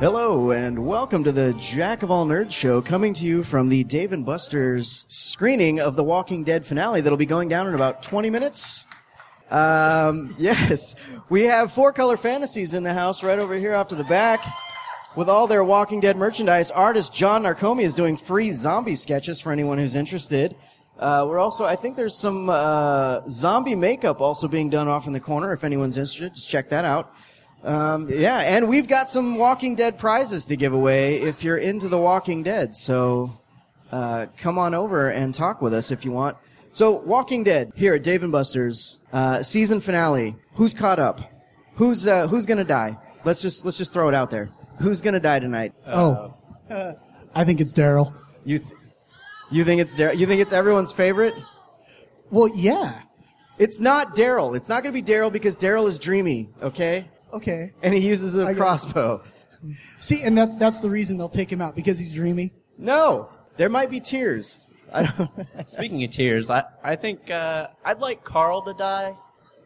Hello and welcome to the Jack of All Nerds show, coming to you from the Dave and Buster's screening of the Walking Dead finale that'll be going down in about 20 minutes. Um, yes, we have Four Color Fantasies in the house right over here off to the back. With all their Walking Dead merchandise, artist John Narcomi is doing free zombie sketches for anyone who's interested. Uh, we're also, I think there's some uh, zombie makeup also being done off in the corner. If anyone's interested, just check that out. Um, yeah, and we've got some Walking Dead prizes to give away if you're into the Walking Dead. So uh, come on over and talk with us if you want. So Walking Dead here at Dave and Buster's uh, season finale. Who's caught up? Who's uh, who's gonna die? Let's just let's just throw it out there. Who's gonna die tonight? Oh, I think it's Daryl. You th- you think it's Dar- you think it's everyone's favorite? Well, yeah. It's not Daryl. It's not gonna be Daryl because Daryl is dreamy. Okay, Okay. and he uses a I get- crossbow. See, and that's that's the reason they'll take him out because he's dreamy. No, there might be tears. I don't. Speaking of tears, I, I think uh, I'd like Carl to die.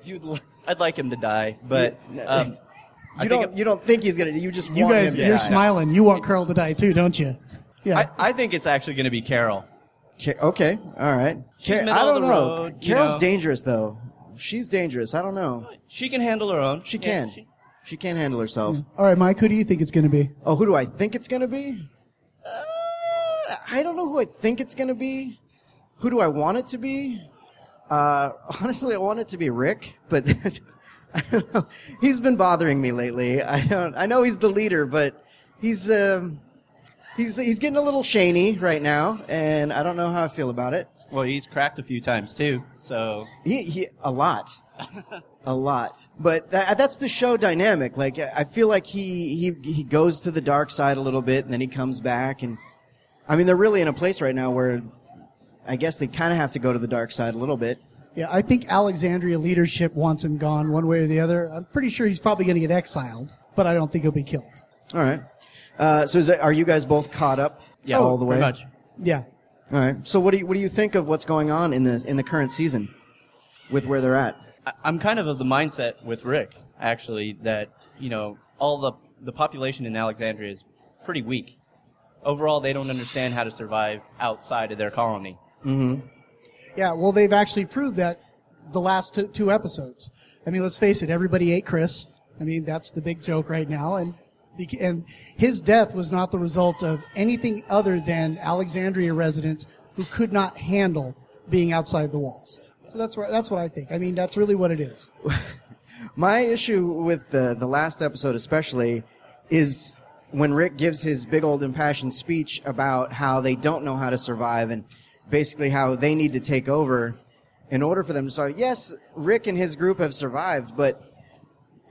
You'd li- I'd like him to die, but Yeah, no, um, I You think don't. it- You don't think he's gonna. You just You want guys, him to you're die. smiling. You want Carl to die too, don't you? Yeah. I, I think it's actually going to be Carol. Ca- okay, all right. She's Ca- middle I don't of the know. road, you Carol's know. dangerous though. She's dangerous. I don't know. She can handle her own. She Yeah, can. she, can handle herself. All right, Mike. Who do you think it's going to be? Oh, who do I think it's gonna be? Uh, I don't know who I think it's gonna be. Who do I want it to be? Uh, honestly, I want it to be Rick, but I don't know. He's been bothering me lately. I don't. I know he's the leader, but he's um, he's he's getting a little shany right now, and I don't know how I feel about it. well, he's cracked a few times too. So He, he a lot, a lot. But that, that's the show dynamic. Like I I feel like he he he goes to the dark side a little bit, and then he comes back. And I mean, they're really in a place right now where I guess they kind of have to go to the dark side a little bit. Yeah, I think Alexandria leadership wants him gone one way or the other. I'm pretty sure he's probably going to get exiled, but I don't think he'll be killed. All right. Uh, so is that, are you guys both caught up? yeah, Oh, oh, all the way. Pretty much. Yeah. All right. So what do you what do you think of what's going on in the in the current season with where they're at? I, I'm kind of of the mindset with Rick actually that you know all the the population in Alexandria is pretty weak. Overall, they don't understand how to survive outside of their colony. Yeah, well, they've actually proved that the last two, two episodes. I mean, let's face it, everybody ate Chris. I mean, that's the big joke right now. And, bec- and his death was not the result of anything other than Alexandria residents who could not handle being outside the walls. So that's, where, that's what I think. I mean, that's really what it is. My issue with the the last episode especially is when Rick gives his big old impassioned speech about how they don't know how to survive and basically how they need to take over in order for them to survive. Yes, Rick and his group have survived, but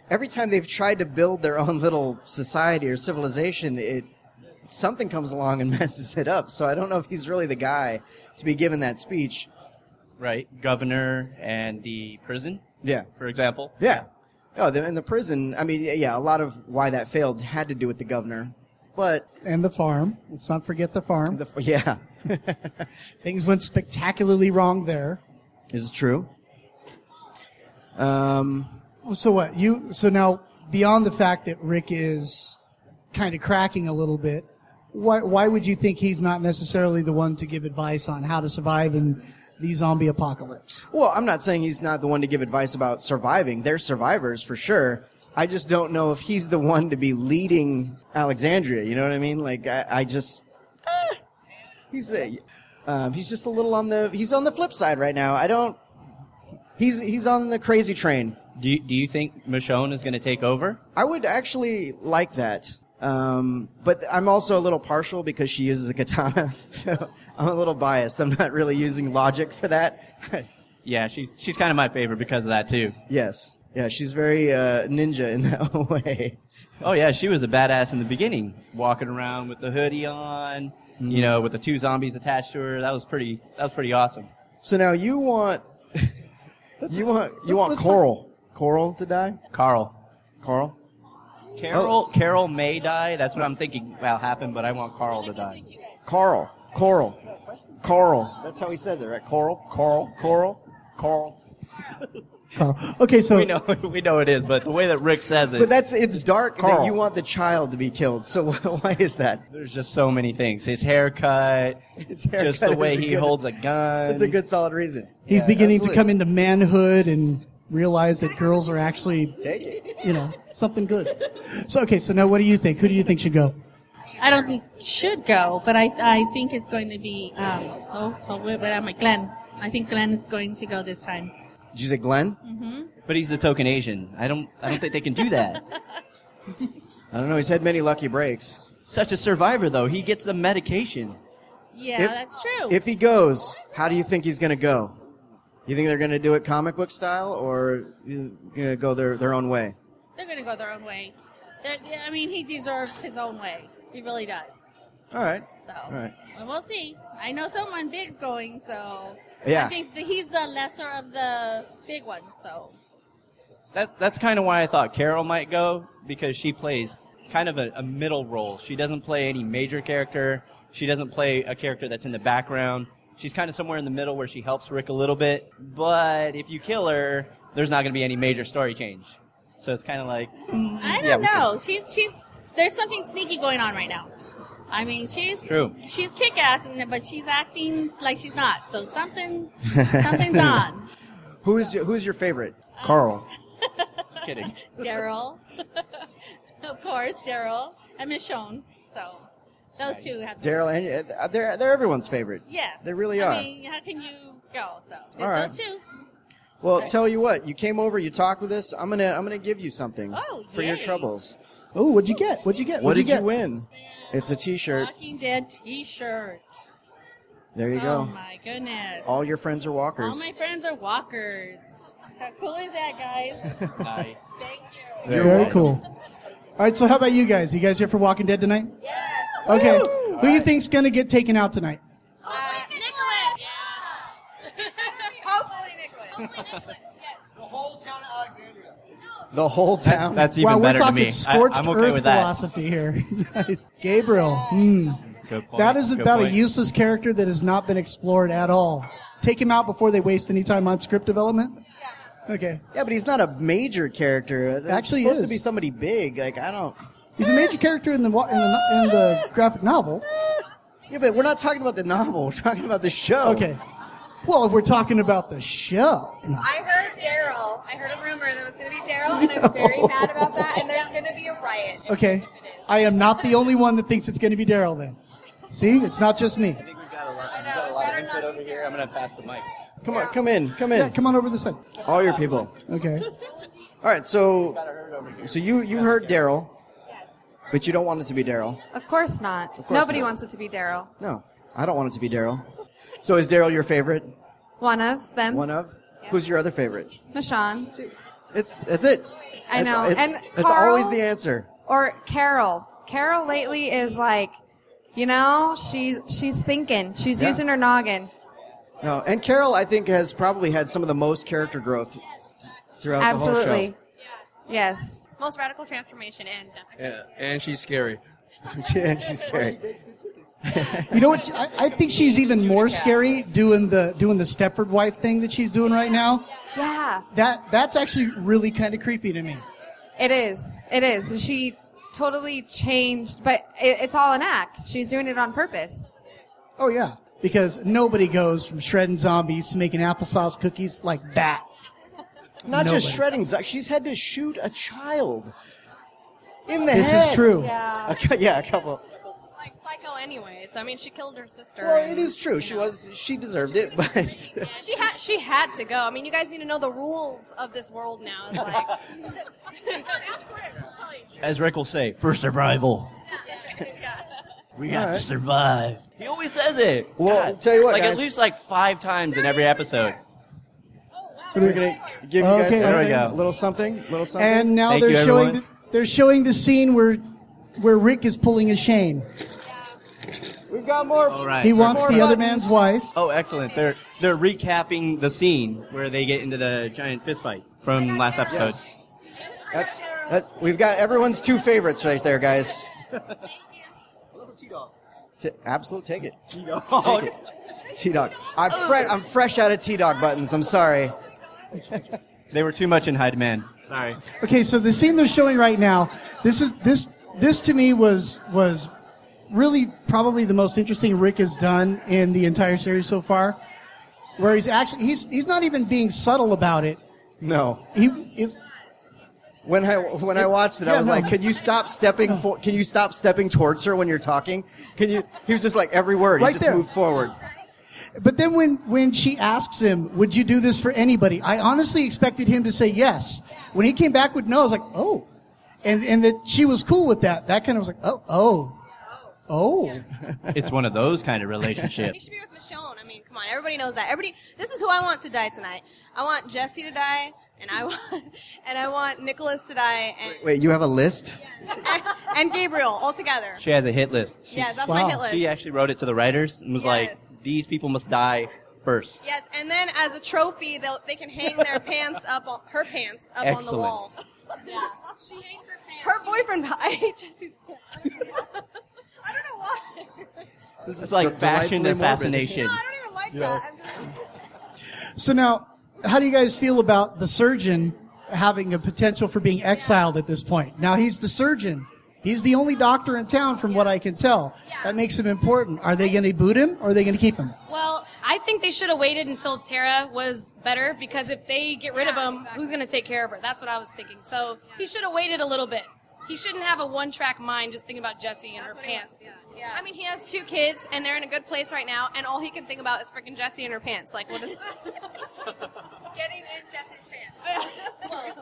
every time they've tried to build their own little society or civilization, it something comes along and messes it up. So I don't know if he's really the guy to be giving that speech. Right, governor and the prison, Yeah. for example. Yeah. Oh, the, and the prison. I mean, yeah, a lot of why that failed had to do with the governor, but And the farm. Let's not forget the farm. the yeah, Things went spectacularly wrong there. this is true. Um, So what you? So now beyond the fact that Rick is kind of cracking a little bit, why why would you think he's not necessarily the one to give advice on how to survive in the zombie apocalypse? well, I'm not saying he's not the one to give advice about surviving. They're survivors for sure. I just don't know if he's the one to be leading Alexandria. You know what I mean? Like, I, I just eh, he's a, um, he's just a little on the he's on the flip side right now. I don't. He's he's on the crazy train. Do you, do you think Michonne is going to take over? I would actually like that. Um, but I'm also a little partial because she uses a katana, so I'm a little biased. I'm not really using logic for that. Yeah, she's she's kind of my favorite because of that too. yes, yeah, she's very uh, ninja in that way. Oh yeah, she was a badass in the beginning, walking around with the hoodie on, Mm-hmm. you know, with the two zombies attached to her. That was pretty. That was pretty awesome. So now you want you want you let's- want let's Coral Coral to die? Carl, Carl? Oh. Carol, Carol may die. That's what I'm thinking will happen, but I want Carl to die. Carl Coral Coral. That's how he says it, right? Coral Coral Coral Coral. Carl. Okay, so We know, we know it is, but the way that Rick says it, But that's it's dark that Carl. you want the child to be killed. So why is that? there's just so many things. His haircut, His haircut just the way is a he good- holds a gun. That's a good solid reason. he's beginning absolutely. to come into manhood and realize that girls are actually, Take it. you know, something good. So okay, so now what do you think? Who do you think should go? I don't think it should go, but I I think it's going to be um oh oh wait where am I Glenn? I think Glenn is going to go this time. Did you say Glenn? But he's the token Asian. I don't, I don't think they can do that. I don't know. He's had many lucky breaks. Such a survivor, though. He gets the medication. Yeah, If- that's true. If he goes, how do you think he's going to go? You think they're going to do it comic book style, or going to go their their own way? They're going to go their own way. They're, yeah, I mean, he deserves his own way. He really does. All right. So All right. well, we'll see. I know someone big's going, so Yeah. I think that he's the lesser of the big ones. So That, that's kind of why I thought Carol might go because she plays kind of a, a middle role. She doesn't play any major character. She doesn't play a character that's in the background. She's kind of somewhere in the middle where she helps Rick a little bit. But if you kill her, there's not going to be any major story change. So it's kind of like Yeah, I don't we can- know. She's she's there's something sneaky going on right now. I mean, she's True. she's kick ass, but she's acting like she's not. So something something's on. Who is your, who is your favorite? Carl. just kidding. Daryl, of course, Daryl and Michonne. So those two have to- Daryl, and uh, they're they're everyone's favorite. Yeah, They really I are. mean, how can you go? So just All right. those two. Well, tell you what, you came over, you talked with us. I'm gonna I'm gonna give you something Oh, for your yay. troubles. Oh, what'd you get? What'd you get? What What'd did you, get? win? It's a T-shirt. Walking Dead T-shirt. There you Oh go. my goodness! All your friends are All walkers. my friends are walkers. How cool is that, guys? Nice. Thank you. You're Very welcome. cool. All right, so how about you guys? You guys here for Walking Dead tonight? Yes. Okay. Who you think's gonna get taken out tonight? Uh, Nicholas. Hopefully Nicholas. Hopefully Nicholas. The whole town. That's even Wow, we're better to talking me. scorched I, I'm okay earth with that. philosophy here. Nice. Gabriel. Hmm. Good point. That is Good about a point. useless character that has not been explored at all. Take him out before they waste any time on script development. Okay. yeah, but he's not a major character. That's Actually supposed is. to be somebody big. Like I don't. He's a major character in the wa- in the, in the graphic novel. Yeah, but we're not talking about the novel. We're talking about the show. Okay. Well, if we're talking about the show, no. I heard Daryl. I heard a rumor that it was going to be Daryl, and I'm very mad about that. And there's going to be a riot. okay, I am not the only one that thinks it's going to be Daryl. Then, see, it's not just me. I think we've got a lot, we've know, got a lot of better input not over be here. I'm going to pass the mic. Come on, come in, come Yeah, in. come on over this side. All your people. Okay. All right, so so you you heard Daryl, but you don't want it to be Daryl. Of course not. course Nobody not. wants it to be Daryl. No, I don't want it to be Daryl. So is Daryl your favorite? One of them. One of? Who's your other favorite? Michonne. It's that's it. I That's- know, it- and that's Carl- always the answer. Or Carol. Carol lately is like, you know, she's she's thinking. She's Yeah. using her noggin. No, and Carol I think has probably had some of the most character growth throughout the whole Absolutely. show. Yes. Most radical transformation and Yeah, and she's scary. and she's scary. You know what? I, I think she's even more scary doing the doing the Stepford wife thing that she's doing right now. Yeah. That that's actually really kind of creepy to me. It is. It is. And She totally changed, but it, it's all an act. She's doing it on purpose. Oh yeah, because nobody goes from shredding zombies to making applesauce cookies like that. Not just Nobody. shredding. zo- She's had to shoot a child in the This head. is true. A cou- yeah, a couple. like psycho anyway. So I mean, she killed her sister. Well, and, it is true. you She know. was. She deserved it, but She had she had to go. I mean, you guys need to know the rules of this world now. It's like You can't ask for it, we'll tell you. As Rick will say, for survival. We have Alright. to survive. He always says it. Well, tell you what, like guys. at least like five times in every episode. we're gonna give you guys Okay. something, There we go. a little something, little something. And now Thank they're you, showing the, everyone. they're showing the scene where where Rick is pulling a chain. we've got more. All right. He wants more the other buttons. man's wife. Oh, excellent. They're they're recapping the scene where they get into the giant fist fight from last episode. Yes. That's, that's we've got everyone's two favorites right there, guys. T- absolute, take it. Oh, Take it. T dog. I'm fresh. I'm fresh out of T dog buttons. I'm sorry. They were too much in high demand. Sorry. Okay, so the scene they're showing right now, this is this this to me was was really probably the most interesting Rick has done in the entire series so far, where he's actually he's he's not even being subtle about it. No. He is When I when I watched it, I Yeah, was no. like, "Can you stop stepping? For, can you stop stepping towards her when you're talking? Can you?" He was just like every word. Right he just there. moved forward. but then when when she asks him, "Would you do this for anybody?" I honestly expected him to say yes. When he came back with no, I was like, "Oh," and and that she was cool with that. That kind of was like, "Oh, oh, oh." It's one of those kind of He relationships. should be with Michonne. I mean, come on, everybody knows that. Everybody, this is who I want to die tonight. I want Jesse to die, and I want, and I want Nicholas to die, and Wait, you have a list? and, and Gabriel all together. She has a hit list. She, Yeah, that's Wow. my hit list. she actually wrote it to the writers and was Yes. like, "These people must die first. Yes, and then as a trophy, they they can hang their pants up, on, her pants up on the Excellent. wall. Yeah. She hates her pants. Her boyfriend, I hate Jesse's boyfriend. I don't know why. This is That's like de- delightfully fashion to morbid. No, fascination." I don't even like that. I'm just- So now, how do you guys feel about the surgeon having a potential for being exiled at this point? Now he's the surgeon. He's the only doctor in town, from what I can tell. That makes him important. Are they going to boot him or are they going to keep him? Well, I think they should have waited until Tara was better because if they get rid of Yeah, him, who's going to take care of her? That's what I was thinking. So he should have waited a little bit. He shouldn't have a one-track mind just thinking about Jesse and That's her what he pants. wants, yeah. I mean, he has two kids, and they're in a good place right now, and all he can think about is freaking Jesse and her pants. Like, what is this? Getting in Jesse's pants.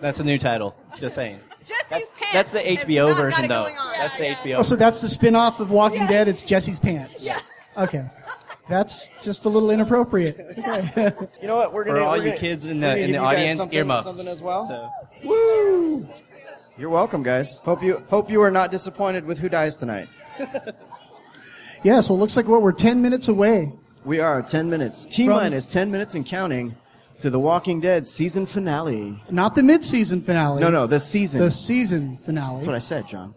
That's a new title. Just saying. Jesse's That's, pants. that's the has HBO not got version, it though. going on. That's the HBO. Oh, so that's the spin off of Walking Dead. It's Jesse's pants. Yeah. Okay. That's just a little inappropriate. Okay. You know what? We're For gonna all we're you gonna- kids in we're the gonna in give the you guys audience, something, earmuffs. something as well. So- You're welcome, guys. Hope you hope you are not disappointed with who dies tonight. Yes. Well, it looks like what we're ten minutes away. We are 10 minutes. T From- minus 10 minutes and counting to The Walking Dead season finale. Not the mid-season finale. No, no, the season. The season finale. That's what I said, John.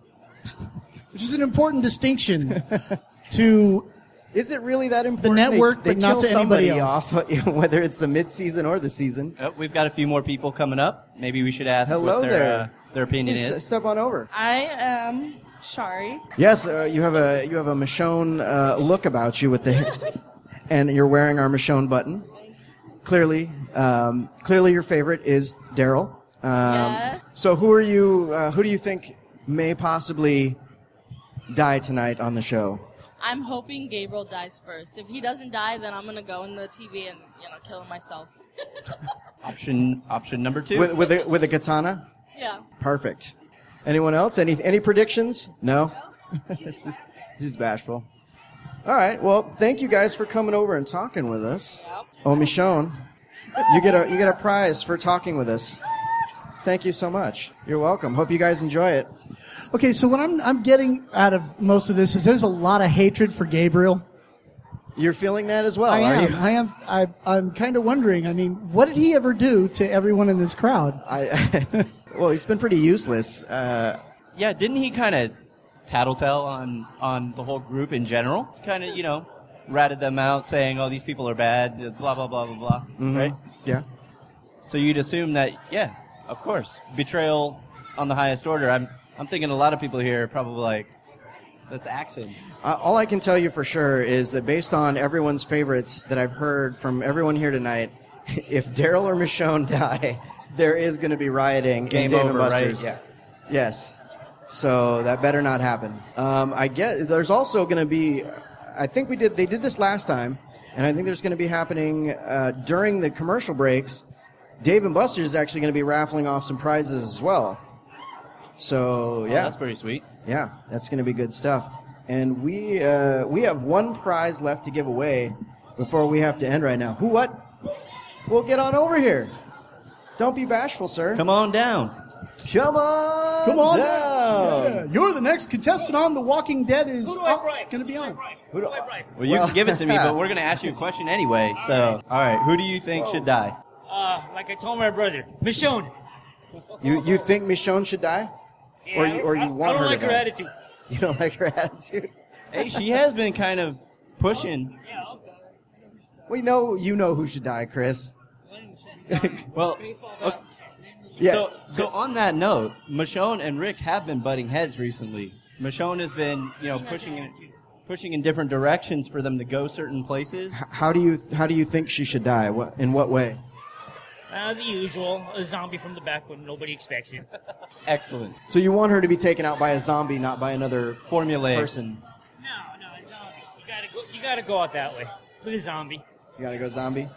which is an important distinction to Is it really that important? network, they, they but not kill to anybody somebody else. off, whether it's the mid-season or the season. Oh, we've got a few more people coming up. Maybe we should ask Hello what their, there. Uh, their opinion Just is. Step on over. I am sorry. Yes, uh, you have a you have a Michonne uh, look about you with the, and you're wearing our Michonne button. Clearly, um, clearly your favorite is Daryl. Um, Yes. So who are you? Uh, who do you think may possibly die tonight on the show? I'm hoping Gabriel dies first. If he doesn't die, then I'm gonna go in the TV and you know kill him myself. Option option number two. With with a, with a katana. Yeah. Perfect. Anyone else? Any any predictions? No. She's bashful. All right. Well, thank you guys for coming over and talking with us. Oh, Michonne, you get a you get a prize for talking with us. Thank you so much. You're welcome. Hope you guys enjoy it. Okay, so what I'm, I'm getting out of most of this is there's a lot of hatred for Gabriel. You're feeling that as well, I are am. you? I am. I, I'm kind of wondering. I mean, what did he ever do to everyone in this crowd? I, well, he's been pretty useless. Uh, yeah, didn't he kind of tattletale on on the whole group in general? Kind of you know ratted them out, saying, "Oh, these people are bad." Blah blah blah blah blah. Mm-hmm. Right. yeah. So you'd assume that, yeah, of course, betrayal on the highest order. I'm I'm thinking a lot of people here are probably like, that's action. Uh, all I can tell you for sure is that based on everyone's favorites that I've heard from everyone here tonight, if Daryl or Michonne die, there is going to be rioting in Game Dave and over, right? Buster's. Yeah. Yes. So that better not happen. Um, I guess there's also going to be. I think we did. They did this last time, and I think there's going to be happening uh, during the commercial breaks. Dave and Buster's is actually going to be raffling off some prizes as well. So yeah, Oh, that's pretty sweet. yeah, that's going to be good stuff. And we uh, we have one prize left to give away before we have to end right now. Who what? We'll get on over here. Don't be bashful, sir. Come on down. Come on, Come on down. Yeah, You're the next contestant on The Walking Dead. Is going to be on? Who do- Well, you Well- can give it to me, but we're gonna ask you a question anyway. So, all right, who do you think should die? Uh, like I told my brother, Michonne. you you think Michonne should die? Or Yeah, you- or you I, I want don't her to like her die. attitude. You don't like her attitude. Hey, she has been kind of pushing. Yeah, okay. We know you know who should die, Chris. Well, okay. Yeah. So, so on that note, Michonne and Rick have been butting heads recently. Michonne has been, you know, pushing in, pushing in different directions for them to go certain places. How do you how do you think she should die? What in what way? Uh, the usual, a zombie from the back when nobody expects it. Excellent. So you want her to be taken out by a zombie, not by another Formulaic. person. No, no, a zombie. You gotta go. You gotta go out that way with a zombie. You gotta go zombie.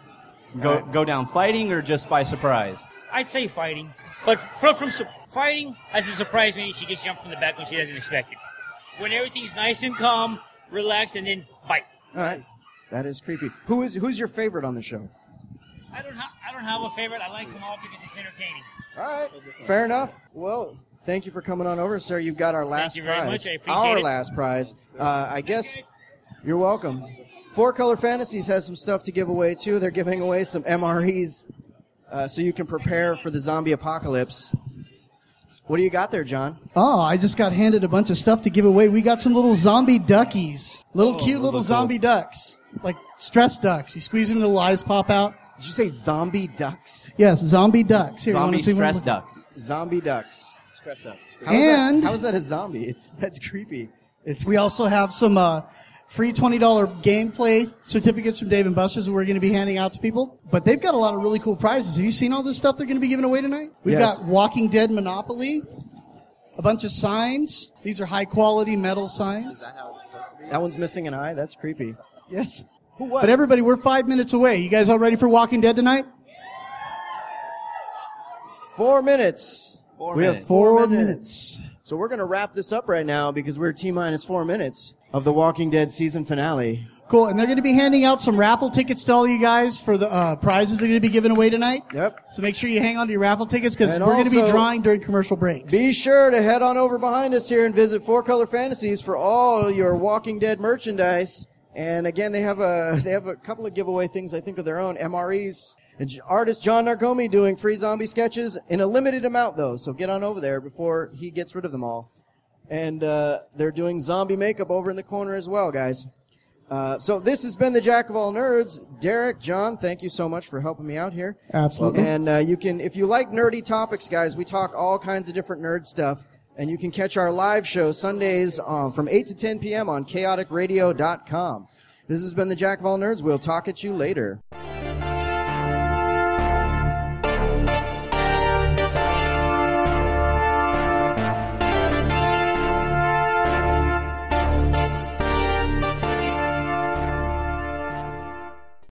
Go Alright. go down fighting or just by surprise. I'd say fighting, but from from su- fighting as a surprise, maybe she gets jumped from the back when she doesn't expect it. When everything's nice and calm, relax, and then bite. All right. That is creepy. Who is who's your favorite on the show? I don't ha- I don't have a favorite. I like them all because it's entertaining. All right. Fair enough. Well, thank you for coming on over, sir. You've got our last you very prize. much. I appreciate our it. last prize. Uh, I guess you're welcome. Four Color Fantasies has some stuff to give away too. They're giving away some MREs uh, so you can prepare for the zombie apocalypse. What do you got there, John? Oh, I just got handed a bunch of stuff to give away. We got some little zombie duckies. Oh, Little cute little zombie ducks. Like stress ducks. You squeeze them, the eyes pop out. Did you say zombie ducks? Yes, zombie ducks. Here, you wanna Zombie see stress one? ducks. Zombie ducks. Stress ducks. How is that- And- how is that a zombie? It's that's creepy. It's We also have some uh, free $20 gameplay certificates from Dave and Buster's that we're going to be handing out to people. But they've got a lot of really cool prizes. Have you seen all this stuff they're going to be giving away tonight? We've Yes. got Walking Dead Monopoly, a bunch of signs. These are high quality metal signs. that one's missing an eye. That's creepy. Yes. But everybody, we're five minutes away. You guys all ready for Walking Dead tonight? Four minutes. Four we have minutes. four, Four minutes. So we're going to wrap this up right now because we're T minus four minutes of the Walking Dead season finale. Cool. And they're going to be handing out some raffle tickets to all you guys for the uh, prizes they're going to be giving away tonight. Yep. So make sure you hang on to your raffle tickets because And we're going to be also- drawing during commercial breaks. Be sure to head on over behind us here and visit Four Color Fantasies for all your Walking Dead merchandise. And again, they have a they have a couple of giveaway things I think of their own MREs. And J- artist John Narcomi doing free zombie sketches in a limited amount though, so get on over there before he gets rid of them all. And uh, they're doing zombie makeup over in the corner as well, guys. Uh, so this has been the Jack of All Nerds, Derek, John. Thank you so much for helping me out here. Absolutely. And uh, you can, if you like nerdy topics, guys, we talk all kinds of different nerd stuff. And you can catch our live show Sundays um, from 8 to 10 p.m. on chaoticradio.com. This has been the Jack of All Nerds. We'll talk at you later.